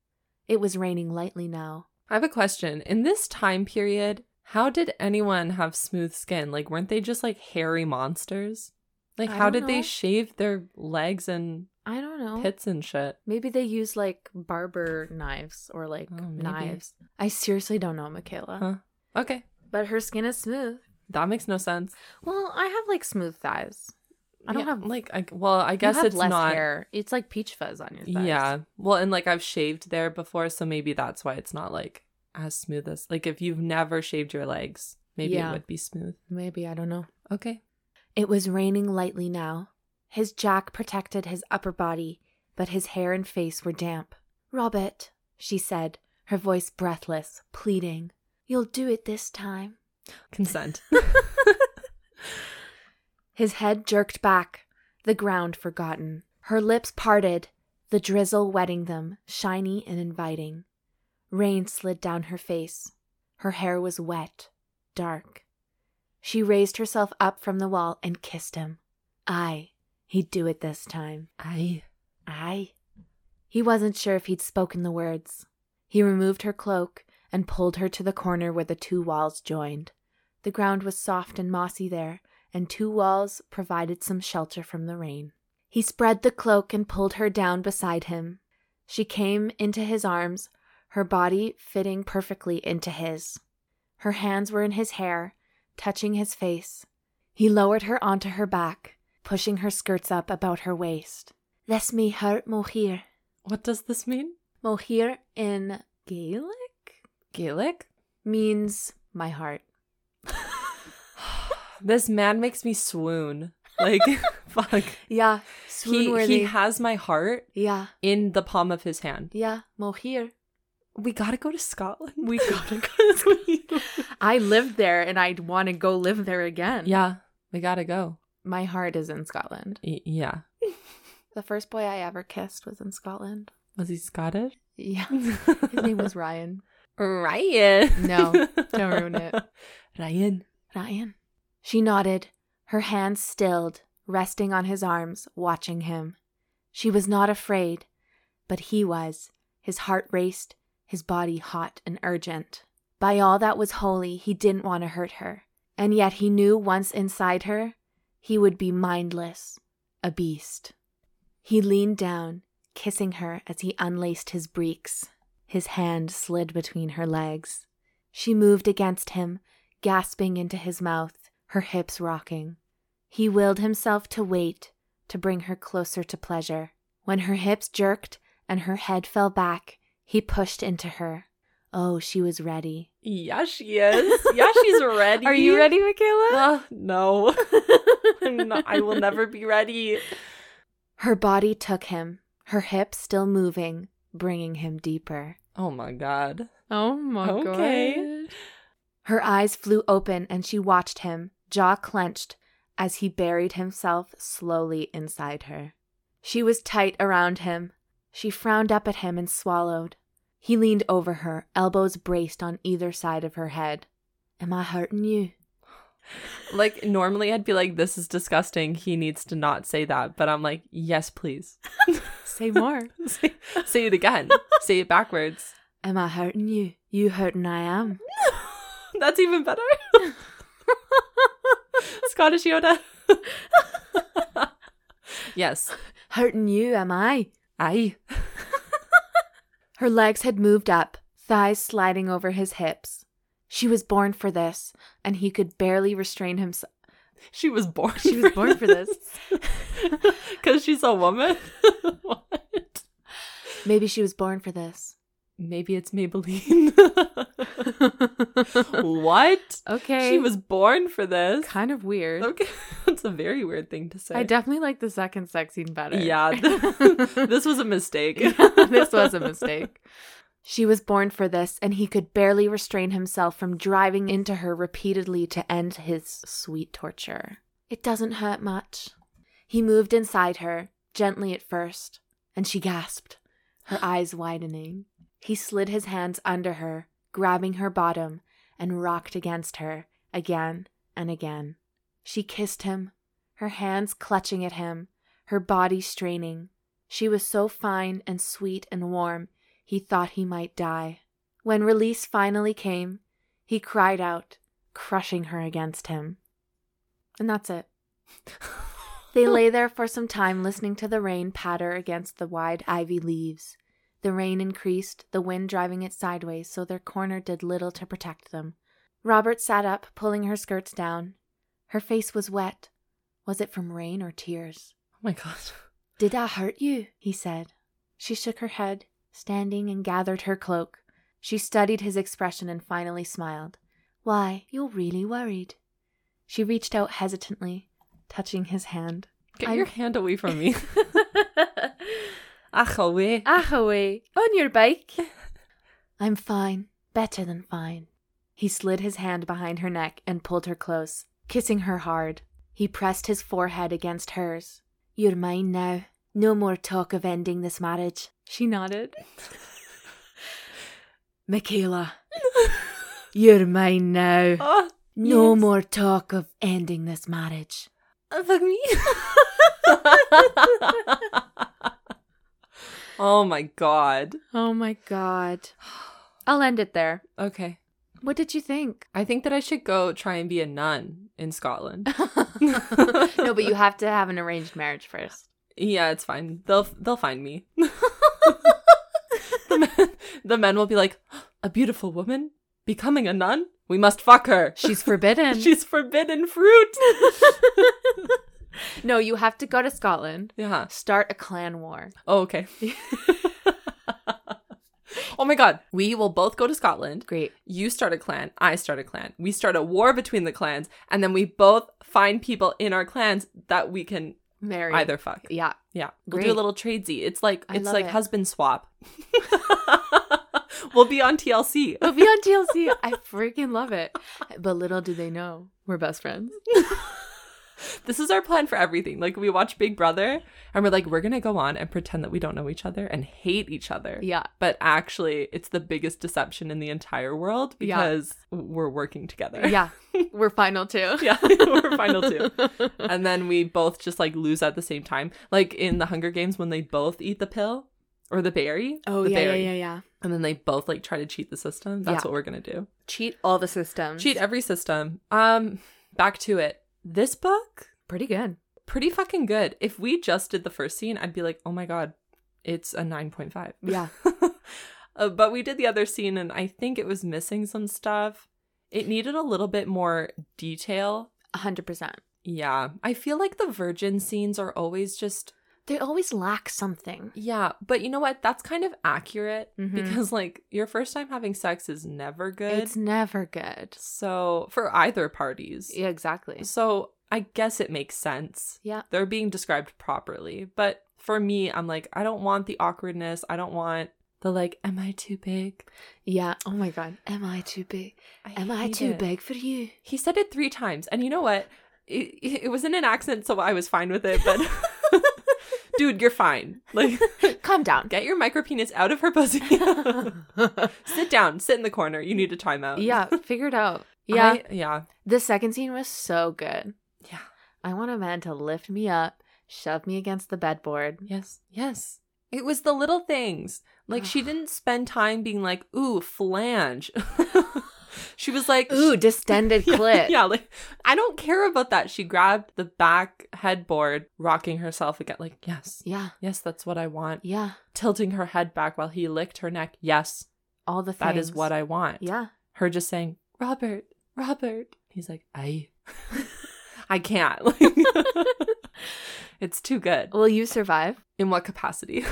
A: It was raining lightly now.
B: I have a question. In this time period, how did anyone have smooth skin? Like, weren't they just like hairy monsters? Like,
A: I
B: how
A: don't
B: did they
A: know.
B: shave their legs and
A: I don't know.
B: pits and shit?
A: Maybe they use like barber knives or like
B: Oh, maybe.
A: knives. I seriously don't know, Michaela.
B: Huh. Okay,
A: But her skin is smooth.
B: that makes no sense.
A: Well, I have like smooth thighs. I don't
B: Yeah,
A: have.
B: like, I, well, I
A: you
B: guess
A: have
B: it's
A: less
B: not.
A: hair. It's like peach fuzz on your thighs.
B: Yeah. Well, and like I've shaved there before, so maybe that's why it's not like as smooth as like if you've never shaved your legs, maybe
A: Yeah.
B: it would be smooth.
A: maybe I don't know.
B: Okay.
A: It was raining lightly now. His jack protected his upper body, but his hair and face were damp. Robert, she said, her voice breathless, pleading, "You'll do it this time."
B: Consent.
A: His head jerked back, the ground forgotten. Her lips parted, the drizzle wetting them, shiny and inviting. Rain slid down her face. Her hair was wet, dark. She raised herself up from the wall and kissed him. Aye, he'd do it this time.
B: I
A: Aye. He wasn't sure if he'd spoken the words. He removed her cloak and pulled her to the corner where the two walls joined. The ground was soft and mossy there, and two walls provided some shelter from the rain. He spread the cloak and pulled her down beside him. She came into his arms, her body fitting perfectly into his. Her hands were in his hair, touching his face. He lowered her onto her back, pushing her skirts up about her waist. Let me hurt Mohir.
B: What does this mean?
A: Mohir in Gaelic
B: Gaelic?
A: means my heart.
B: This man makes me swoon. Like fuck.
A: Yeah,
B: He,
A: swoon-worthy.
B: he has my heart
A: yeah,
B: in the palm of his hand.
A: yeah, Mohir.
B: We gotta go to Scotland. We gotta go to Scotland.
A: I lived there and I'd want to go live there again.
B: yeah, we gotta go.
A: My heart is in Scotland.
B: Y- yeah.
A: The first boy I ever kissed was in Scotland.
B: Was he Scottish?
A: Yeah. His
B: His
A: name was Ryan.
B: Ryan.
A: No, don't ruin it.
B: Ryan.
A: Ryan. She nodded, her hands stilled, resting on his arms, watching him. She was not afraid, but he was. His heart raced, his body hot and urgent. By all that was holy, he didn't want to hurt her. And yet he knew once inside her, he would be mindless, a beast. He leaned down, kissing her as he unlaced his breeks. His hand slid between her legs. She moved against him, gasping into his mouth, her hips rocking. He willed himself to wait, to bring her closer to pleasure. When her hips jerked and her head fell back, he pushed into her. Oh, she was ready.
B: Yeah, she is. Yeah, she's ready.
A: Are you ready, Michaela?
B: Uh, no. I'm not, I will never be ready.
A: Her body took him, her hips still moving, bringing him deeper.
B: Oh my god.
A: Oh my
B: Okay.
A: Her eyes flew open and she watched him, jaw clenched, as he buried himself slowly inside her. She was tight around him. She frowned up at him and swallowed. He leaned over her, elbows braced on either side of her head. Am I hurting you?
B: Like normally I'd be like, this is disgusting. He needs to not say that. But I'm like, yes, please.
A: Say more.
B: say, say it again. say it backwards.
A: Am I hurting you? You hurting I am.
B: That's even better. Scottish Yoda. yes.
A: Hurting you, am I?
B: Aye.
A: Her legs had moved up, thighs sliding over his hips. She was born for this, and he could barely restrain himself.
B: She was born.
A: She was born for this.
B: Because she's a woman. what?
A: Maybe she was born for this.
B: Maybe it's Maybelline. what?
A: okay.
B: She was born for this.
A: kind of weird.
B: Okay, that's a very weird thing to say.
A: I definitely like the second sex scene better.
B: Yeah, this was a mistake.
A: this was a mistake. She was born for this, and he could barely restrain himself from driving into her repeatedly to end his sweet torture. It doesn't hurt much. He moved inside her, gently at first, and she gasped, her eyes widening. He slid his hands under her, grabbing her bottom, and rocked against her again and again. She kissed him, her hands clutching at him, her body straining. She was so fine and sweet and warm, he thought he might die. When release finally came, he cried out, crushing her against him. And that's it. They lay there for some time listening to the rain patter against the wide ivy leaves. The rain increased, the wind driving it sideways, so their corner did little to protect them. Robert sat up, pulling her skirts down. Her face was wet. Was it from rain or tears?
B: Oh my god.
A: Did I hurt you? he said. She shook her head, standing and gathered her cloak. She studied his expression and finally smiled. Why, you're really worried. She reached out hesitantly, touching his hand.
B: Get
A: I'm-
B: your hand away from me. Ah, Ach, away.
A: Ahoy! On your bike! I'm fine, better than fine. He slid his hand behind her neck and pulled her close, kissing her hard. He pressed his forehead against hers. You're mine now. No more talk of ending this marriage. She nodded. Michaela, you're mine now.
B: oh,
A: No
B: yes.
A: more talk of ending this marriage.
B: Ah, fuck me. oh my god.
A: Oh my god. I'll end it there.
B: Okay.
A: What did you think?
B: I think that I should go try and be a nun in Scotland.
A: no, but you have to have an arranged marriage first.
B: Yeah, it's fine. They'll they'll find me. the, men, the men will be like, a beautiful woman becoming a nun. We must fuck her.
A: She's forbidden.
B: She's forbidden fruit.
A: no, you have to go to Scotland,
B: yeah.
A: start a clan war.
B: Oh, okay. oh my god. We will both go to Scotland.
A: Great.
B: You start a clan. I start a clan. We start a war between the clans, and then we both find people in our clans that we can
A: Marry.
B: either fuck.
A: Yeah.
B: Yeah. We'll do
A: Great.
B: a little tradesy. It's like
A: I
B: it's
A: love
B: like
A: it.
B: husband swap. we'll be on TLC.
A: We'll be on TLC. I freaking love it. But little do they know, we're best friends.
B: This is our plan for everything. Like we watch Big Brother and we're like, we're gonna go on and pretend that we don't know each other and hate each other.
A: Yeah.
B: But actually it's the biggest deception in the entire world
A: Yeah.
B: because we're working together.
A: Yeah. We're final too.
B: Yeah, we're final two. And then we both just like lose at the same time. Like in the Hunger Games when they both eat the pill or the berry.
A: Oh,
B: the
A: yeah, yeah,
B: berry.
A: yeah, yeah.
B: And then they both like try to cheat the system. That's
A: Yeah.
B: what we're gonna do.
A: Cheat all the systems.
B: Cheat every system. Um, back to it. This book,
A: Pretty good.
B: pretty fucking good. If we just did the first scene, I'd be like, oh my god, it's a nine point five.
A: Yeah.
B: uh, but we did the other scene, and I think it was missing some stuff. It needed a little bit more detail.
A: 100%.
B: Yeah, I feel like the virgin scenes are always just
A: They always lack something.
B: yeah. But you know what? That's kind of accurate
A: Mhm.
B: because like your first time having sex is never good.
A: It's never good.
B: so for either parties,
A: Yeah, exactly.
B: So I guess it makes sense.
A: Yeah.
B: They're being described properly. But for me, I'm like, I don't want the awkwardness. I don't want the like, am I too big?
A: Yeah. Oh my God. Am I too big? Am I
B: hate
A: too
B: it."
A: big for you?
B: He said it three times. And you know what? It, it it was in an accent, so I was fine with it. But dude, you're fine. Like,
A: Calm down.
B: get your micro penis out of her pussy. sit down. Sit in the corner. You need a timeout.
A: yeah, figure it out. Yeah.
B: I- yeah.
A: the second scene was so good.
B: Yeah.
A: I want a man to lift me up, shove me against the bedboard.
B: Yes. Yes. It was the little things. Like she didn't spend time being like, ooh, flange. She was like,
A: Ooh, distended
B: yeah,
A: clit.
B: Yeah, like I don't care about that. She grabbed the back headboard, rocking herself again. Like, yes,
A: yeah,
B: yes, that's what I want.
A: yeah.
B: Tilting her head back while he licked her neck. Yes,
A: All the things.
B: that is what I want.
A: Yeah.
B: Her just saying, Robert, Robert. He's like, I, I can't. Like, it's too good.
A: Will you survive?
B: In what capacity?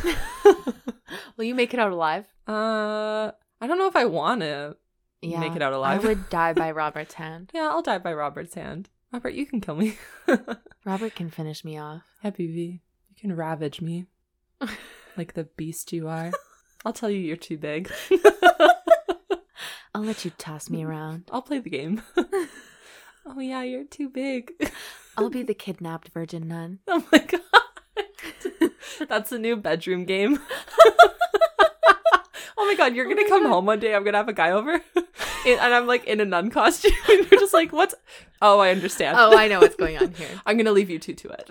A: Will you make it out alive?
B: Uh, I don't know if I want to
A: Yeah.
B: make it out
A: I
B: alive.
A: would die by Robert's hand.
B: Yeah, I'll die by Robert's hand. Robert, you can kill me.
A: Robert can finish me off.
B: Happy V, you can ravage me like the beast you are. I'll tell you you're too big.
A: I'll let you toss me around.
B: I'll play the game. oh yeah, you're too big.
A: I'll be the kidnapped virgin nun.
B: Oh my god. That's a new bedroom game. oh my god, you're
A: Oh
B: gonna
A: my
B: come
A: God.
B: home one day. I'm gonna have a guy over, and and I'm like in a nun costume. and you're just like, what's? Oh, I understand.
A: Oh, I know what's going on here.
B: I'm gonna leave you two to it.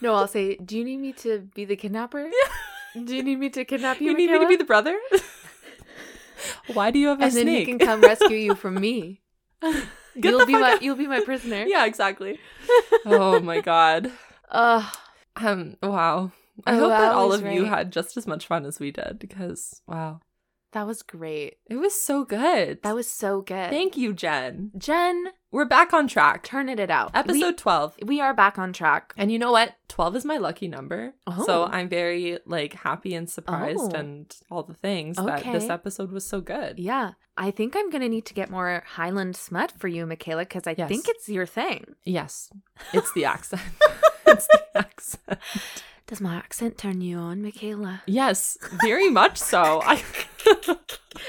A: No, I'll say, do you need me to be the kidnapper? Do you need me to kidnap you?
B: You need me to
A: Michaela?
B: be the brother? Why do you have a
A: and then you
B: snake?
A: can come rescue you from me.
B: Get
A: you'll
B: the
A: be
B: fuck
A: my
B: out.
A: you'll be my prisoner.
B: Yeah, exactly. oh my god.
A: Ugh.
B: Um wow. I
A: Oh,
B: hope that
A: wow
B: all
A: is
B: of you
A: right.
B: had just as much fun as we did because wow.
A: that was great.
B: It was so good.
A: That was so good.
B: Thank you, Jen.
A: Jen,
B: We're back on track.
A: turn it out.
B: Episode 12.
A: we, we are back on track.
B: And you know what? 12 is my lucky number.
A: Oh.
B: So I'm very like happy and surprised
A: Oh.
B: and all the things that this
A: Okay.
B: episode was so good.
A: Yeah, I think I'm gonna need to get more Highland smut for you, Michaela, because I
B: Yes.
A: think it's your thing.
B: Yes. It's the accent. it's the accent.
A: Does my accent turn you on, Michaela?
B: Yes, very much so. I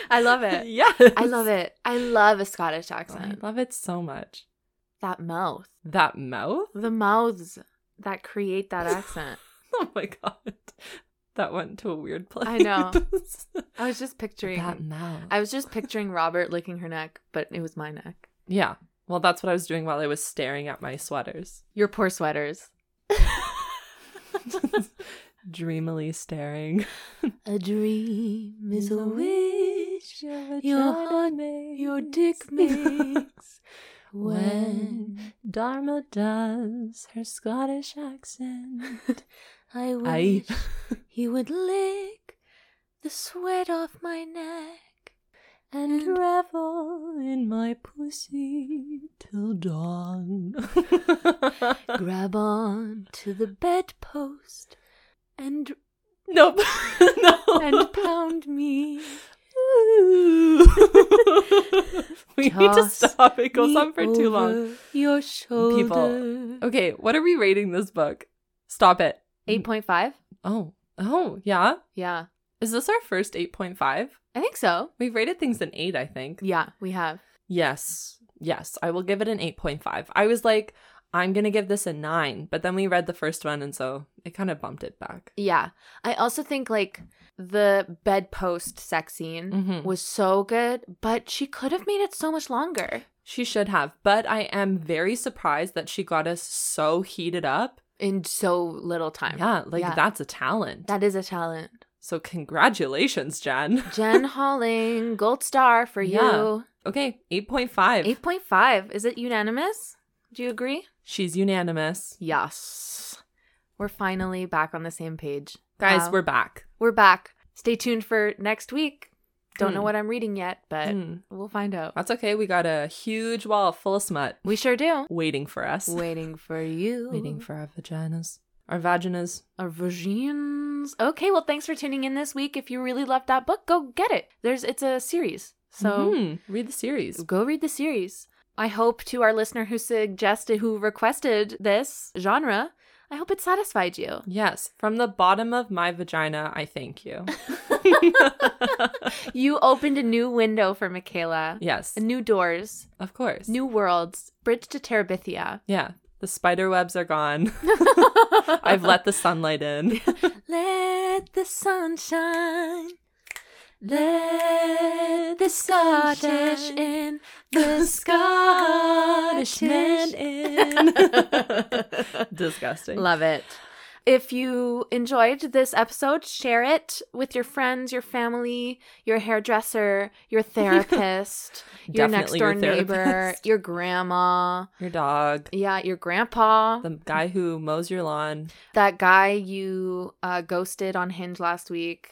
A: I love it.
B: yes,
A: I love it. I love a Scottish
B: Oh, I
A: accent.
B: love it so much.
A: That mouth,
B: That mouth.
A: the mouths that create that accent.
B: Oh my god, that went to a weird place.
A: I know. I was just picturing.
B: that mouth.
A: I was just picturing Robert licking her neck, but it was my neck.
B: yeah. Well, that's what I was doing while I was staring at my sweaters,
A: Your poor sweaters.
B: dreamily staring.
A: A dream is a wish
B: Your
A: Your
B: heart
A: heart
B: makes.
A: your dick makes when
B: Dharma does her Scottish accent.
A: I
B: I.
A: wish he would lick the sweat off my neck.
B: and revel in my pussy till dawn.
A: Grab on to the bedpost and
B: nope. no.
A: and pound me.
B: we need to
A: Toss
B: stop. It goes
A: me
B: on for too long.
A: over Your shoulder.
B: Okay, what are we rating this book? Stop it.
A: Eight point five.
B: Oh. Oh, yeah.
A: Yeah,
B: Is this our first 8.5?
A: I think so.
B: We've rated things an 8, I think.
A: Yeah, we have.
B: Yes. Yes. I will give it an 8.5. I was like, I'm going to give this a 9, but then we read the first one, and so it kind of bumped it back.
A: Yeah, I also think like the bedpost sex scene
B: Mhm.
A: was so good, but she could have made it so much longer.
B: She should have, but I am very surprised that she got us so heated up.
A: in so little time.
B: Yeah, like
A: Yeah.
B: that's a talent.
A: That is a talent.
B: so, congratulations, Jen.
A: Jen Halling, gold star for
B: Yeah.
A: you.
B: Okay, 8.5.
A: 8.5. Is it unanimous? Do you agree?
B: She's unanimous.
A: Yes. We're finally back on the same page.
B: Guys,
A: Wow.
B: we're back.
A: We're back. Stay tuned for next week. Don't know
B: Hmm.
A: what I'm reading yet, but
B: Hmm.
A: we'll find out.
B: That's okay. We got a huge wall full of smut
A: We sure do.
B: waiting for us,
A: Waiting for you.
B: waiting for our vaginas, our vaginas.
A: our virgins. Okay, well, thanks for tuning in this week. If you really loved that book, go get it. There's it's a series. So
B: Mhm. read the series.
A: go read the series. I hope to our listener who suggested, who requested this genre, I hope it satisfied you.
B: Yes, from the bottom of my vagina, I thank you.
A: You opened a new window for Michaela,
B: yes,
A: new doors,
B: of course.
A: new worlds, bridge to Terabithia.
B: Yeah, the spider webs are gone. I've
A: I've
B: let the sunlight in.
A: let the sunshine, let the Scottish in, the Scottish man in.
B: Disgusting.
A: Love it. If you enjoyed this episode, share it with your friends, your family, your hairdresser, your therapist, your next
B: Definitely your
A: door neighbor,
B: therapist.
A: your grandma.
B: Your dog,
A: Yeah, your grandpa,
B: the guy who mows your lawn.
A: that guy you uh, ghosted on Hinge last week.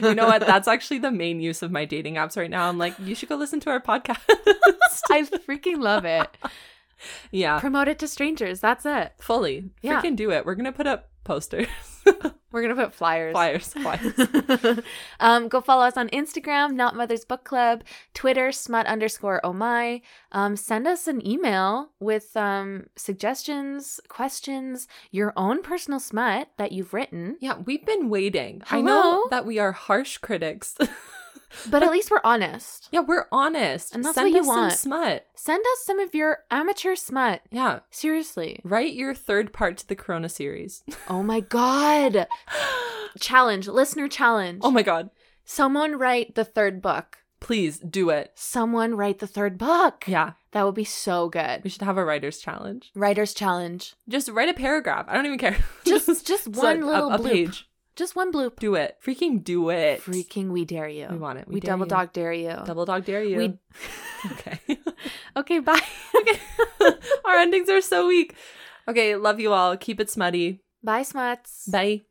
B: you know what? That's actually the main use of my dating apps right now. I'm like, you should go listen to our podcast.
A: I freaking love it.
B: yeah,
A: Promote it to strangers. That's it.
B: fully.
A: Yeah.
B: Freaking do it. We're going to put up posters,
A: We're going to put flyers.
B: flyers, flyers.
A: um, go follow us on Instagram, Not Mother's Book Club, Twitter, smut underscore oh my. Um, send us an email with um, suggestions, questions, your own personal smut that you've written.
B: Yeah, we've been waiting. I
A: Hello?
B: know that we are harsh critics.
A: But at least we're honest.
B: yeah, we're honest.
A: And that's
B: Send
A: what you
B: us
A: want.
B: some smut.
A: Send us some of your amateur smut.
B: Yeah.
A: Seriously.
B: Write your third part to the Corona series.
A: Oh my God. challenge, listener challenge.
B: oh my God.
A: Someone write the third book.
B: Please do it.
A: Someone write the third book.
B: Yeah.
A: That would be so
B: We
A: good.
B: should have a writer's challenge.
A: Writer's challenge.
B: Just write a paragraph. I don't even care.
A: Just just
B: It's
A: one
B: like
A: little
B: a, a
A: bloop.
B: page.
A: Just one bloop.
B: Do it. Freaking do it.
A: Freaking we dare you.
B: We want it. We,
A: We,
B: dare
A: double
B: you.
A: dog dare you.
B: Double dog dare you.
A: We-
B: okay.
A: okay, bye.
B: Our endings are so weak. Okay, love you all. Keep it smutty.
A: bye, smuts.
B: Bye.